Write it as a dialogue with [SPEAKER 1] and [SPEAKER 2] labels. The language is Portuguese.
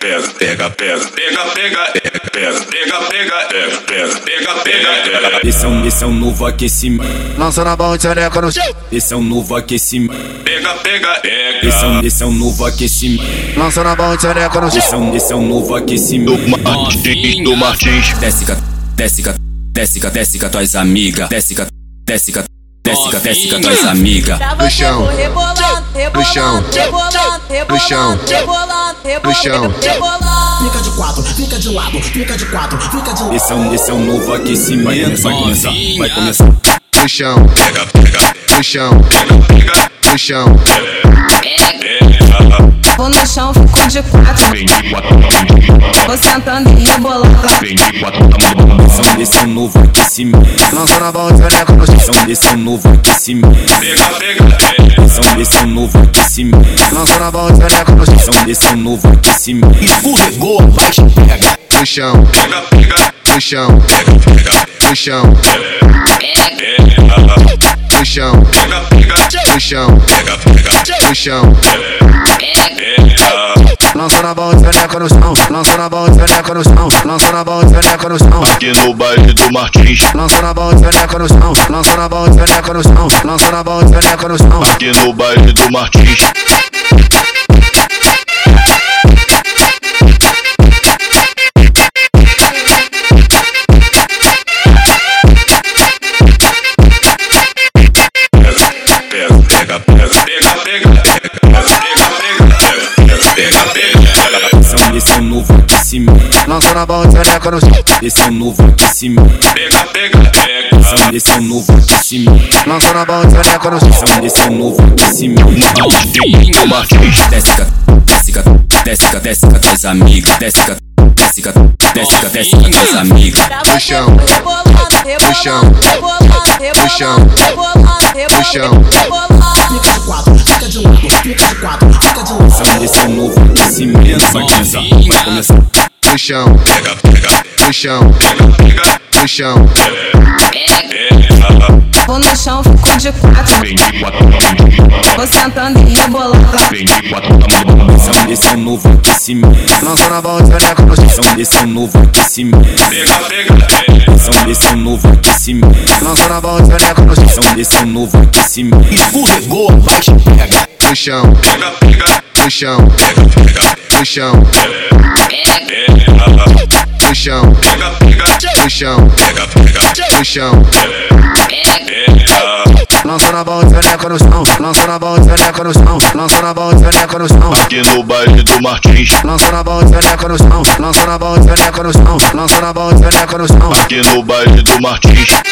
[SPEAKER 1] pega, pega, pega, pega, pega, pega, pega, pega, pega, pega, pega, pega, pega, pega.
[SPEAKER 2] Esse é um, esse é um novo aquecimento.
[SPEAKER 3] Lançando a mão de soneca no chão.
[SPEAKER 2] Esse é um novo aquecimento.
[SPEAKER 1] Pega, pega, pega.
[SPEAKER 2] Esse é um, esse é um novo aquecimento.
[SPEAKER 3] Lançando a mão de soneca no
[SPEAKER 2] Esse é
[SPEAKER 3] chão.
[SPEAKER 2] um, esse é um novo aquecimento.
[SPEAKER 4] Martins, do Martins,
[SPEAKER 2] Desce, ca- desce, ca- desce, ca- desce com tuas amigas. Desce, ca- desce, ca- desce, ca- desce com tuas amigas.
[SPEAKER 5] No chão, no chão, no chão, no chão,
[SPEAKER 6] Fica de quatro, fica de lado, fica de quatro, fica de lado.
[SPEAKER 2] Esse é um, esse é um novo aquecimento. Vai começar, vai começar.
[SPEAKER 5] no chão,
[SPEAKER 1] Pega, pega,
[SPEAKER 5] no chão,
[SPEAKER 1] pega,
[SPEAKER 5] no chão.
[SPEAKER 1] pega.
[SPEAKER 7] Vou no chão, fico de quatro. Vou sentando e rebolando.
[SPEAKER 2] Esse é um, esse é um novo aquecimento.
[SPEAKER 3] Lançando a mão de soneca no chão.
[SPEAKER 2] Esse é um, esse é um novo aquecimento.
[SPEAKER 1] Pega, pega, pega.
[SPEAKER 2] Esse é um, esse é um novo aquecimento.
[SPEAKER 3] Lançando a mão de soneca no chão.
[SPEAKER 2] Esse é um, esse é um novo aquecimento.
[SPEAKER 4] escorregou, vai te pegar.
[SPEAKER 5] no
[SPEAKER 2] é um
[SPEAKER 5] chão,
[SPEAKER 1] Pega, pega,
[SPEAKER 5] no chão,
[SPEAKER 1] pega,
[SPEAKER 5] no chão,
[SPEAKER 1] pega.
[SPEAKER 5] no chão,
[SPEAKER 1] Pega, pega,
[SPEAKER 5] no chão,
[SPEAKER 1] pega, pega,
[SPEAKER 5] no chão,
[SPEAKER 1] pega.
[SPEAKER 3] Lançando a mão de soneca no chão. Lançando a mão de soneca no chão. Lançando a mão de soneca no chão.
[SPEAKER 4] Aqui no baile do Martins,
[SPEAKER 3] Lançando a mão de soneca no chão. Lançando a mão de soneca no chão. Lançando a mão de soneca no chão.
[SPEAKER 4] aqui no baile do Martins.
[SPEAKER 1] Pega, pega, pega, pega, pega, pega, pega, pega, pega.
[SPEAKER 2] Esse é um, esse é um novo aquecimento.
[SPEAKER 3] Lançando a mão de soneca no chão.
[SPEAKER 2] Esse é um novo aquecimento.
[SPEAKER 1] Pega, pega, pega.
[SPEAKER 2] Esse é um, esse é um novo aquecimento.
[SPEAKER 3] Lançando a mão de soneca no chão.
[SPEAKER 2] Esse é um, esse é um novo aquecimento.
[SPEAKER 4] Martins, do Martins,
[SPEAKER 2] Desce, ca- desce, ca- desce, ca- desce com tuas amigas. Desce, ca- desce, ca- desce, ca- desce com tuas amigas.
[SPEAKER 5] no chão, no chão, no chão, no chão,
[SPEAKER 6] Fica de quatro, fica de lado, fica de quatro, fica de lado.
[SPEAKER 2] Esse é um, esse é um novo aquecimento. Vai começar, vai começar.
[SPEAKER 5] no chão,
[SPEAKER 1] Pega, pega,
[SPEAKER 5] no chão,
[SPEAKER 1] pega,
[SPEAKER 5] no chão,
[SPEAKER 1] pega.
[SPEAKER 7] Vou no chão, fico de quatro. Vou sentando e rebolando.
[SPEAKER 2] Esse é um, esse é um novo aquecimento.
[SPEAKER 3] Lançando a mão de soneca no chão.
[SPEAKER 2] Esse é um, esse é um novo aquecimento.
[SPEAKER 1] Pega, pega, pega.
[SPEAKER 2] Esse é um, esse é um novo aquecimento.
[SPEAKER 3] Lançando a mão de soneca no chão.
[SPEAKER 2] Esse é um, esse é um novo aquecimento.
[SPEAKER 4] escorregou, vai te pegar.
[SPEAKER 5] no chão,
[SPEAKER 1] Pega, pega,
[SPEAKER 5] no chão,
[SPEAKER 1] pega, pega,
[SPEAKER 5] no chão,
[SPEAKER 1] pega.
[SPEAKER 5] no chão,
[SPEAKER 1] Pega, pega,
[SPEAKER 5] no chão,
[SPEAKER 1] pega, pega,
[SPEAKER 5] no chão,
[SPEAKER 1] pega.
[SPEAKER 3] Lançando a mão de soneca no chão. Lançando a mão de soneca no chão. Lançando a mão de soneca no chão.
[SPEAKER 4] Aqui no baile do Martins,
[SPEAKER 3] Lançando a mão de soneca no chão. Lançando a mão de soneca no chão. Lançando a mão de soneca no chão.
[SPEAKER 4] aqui no baile do Martins.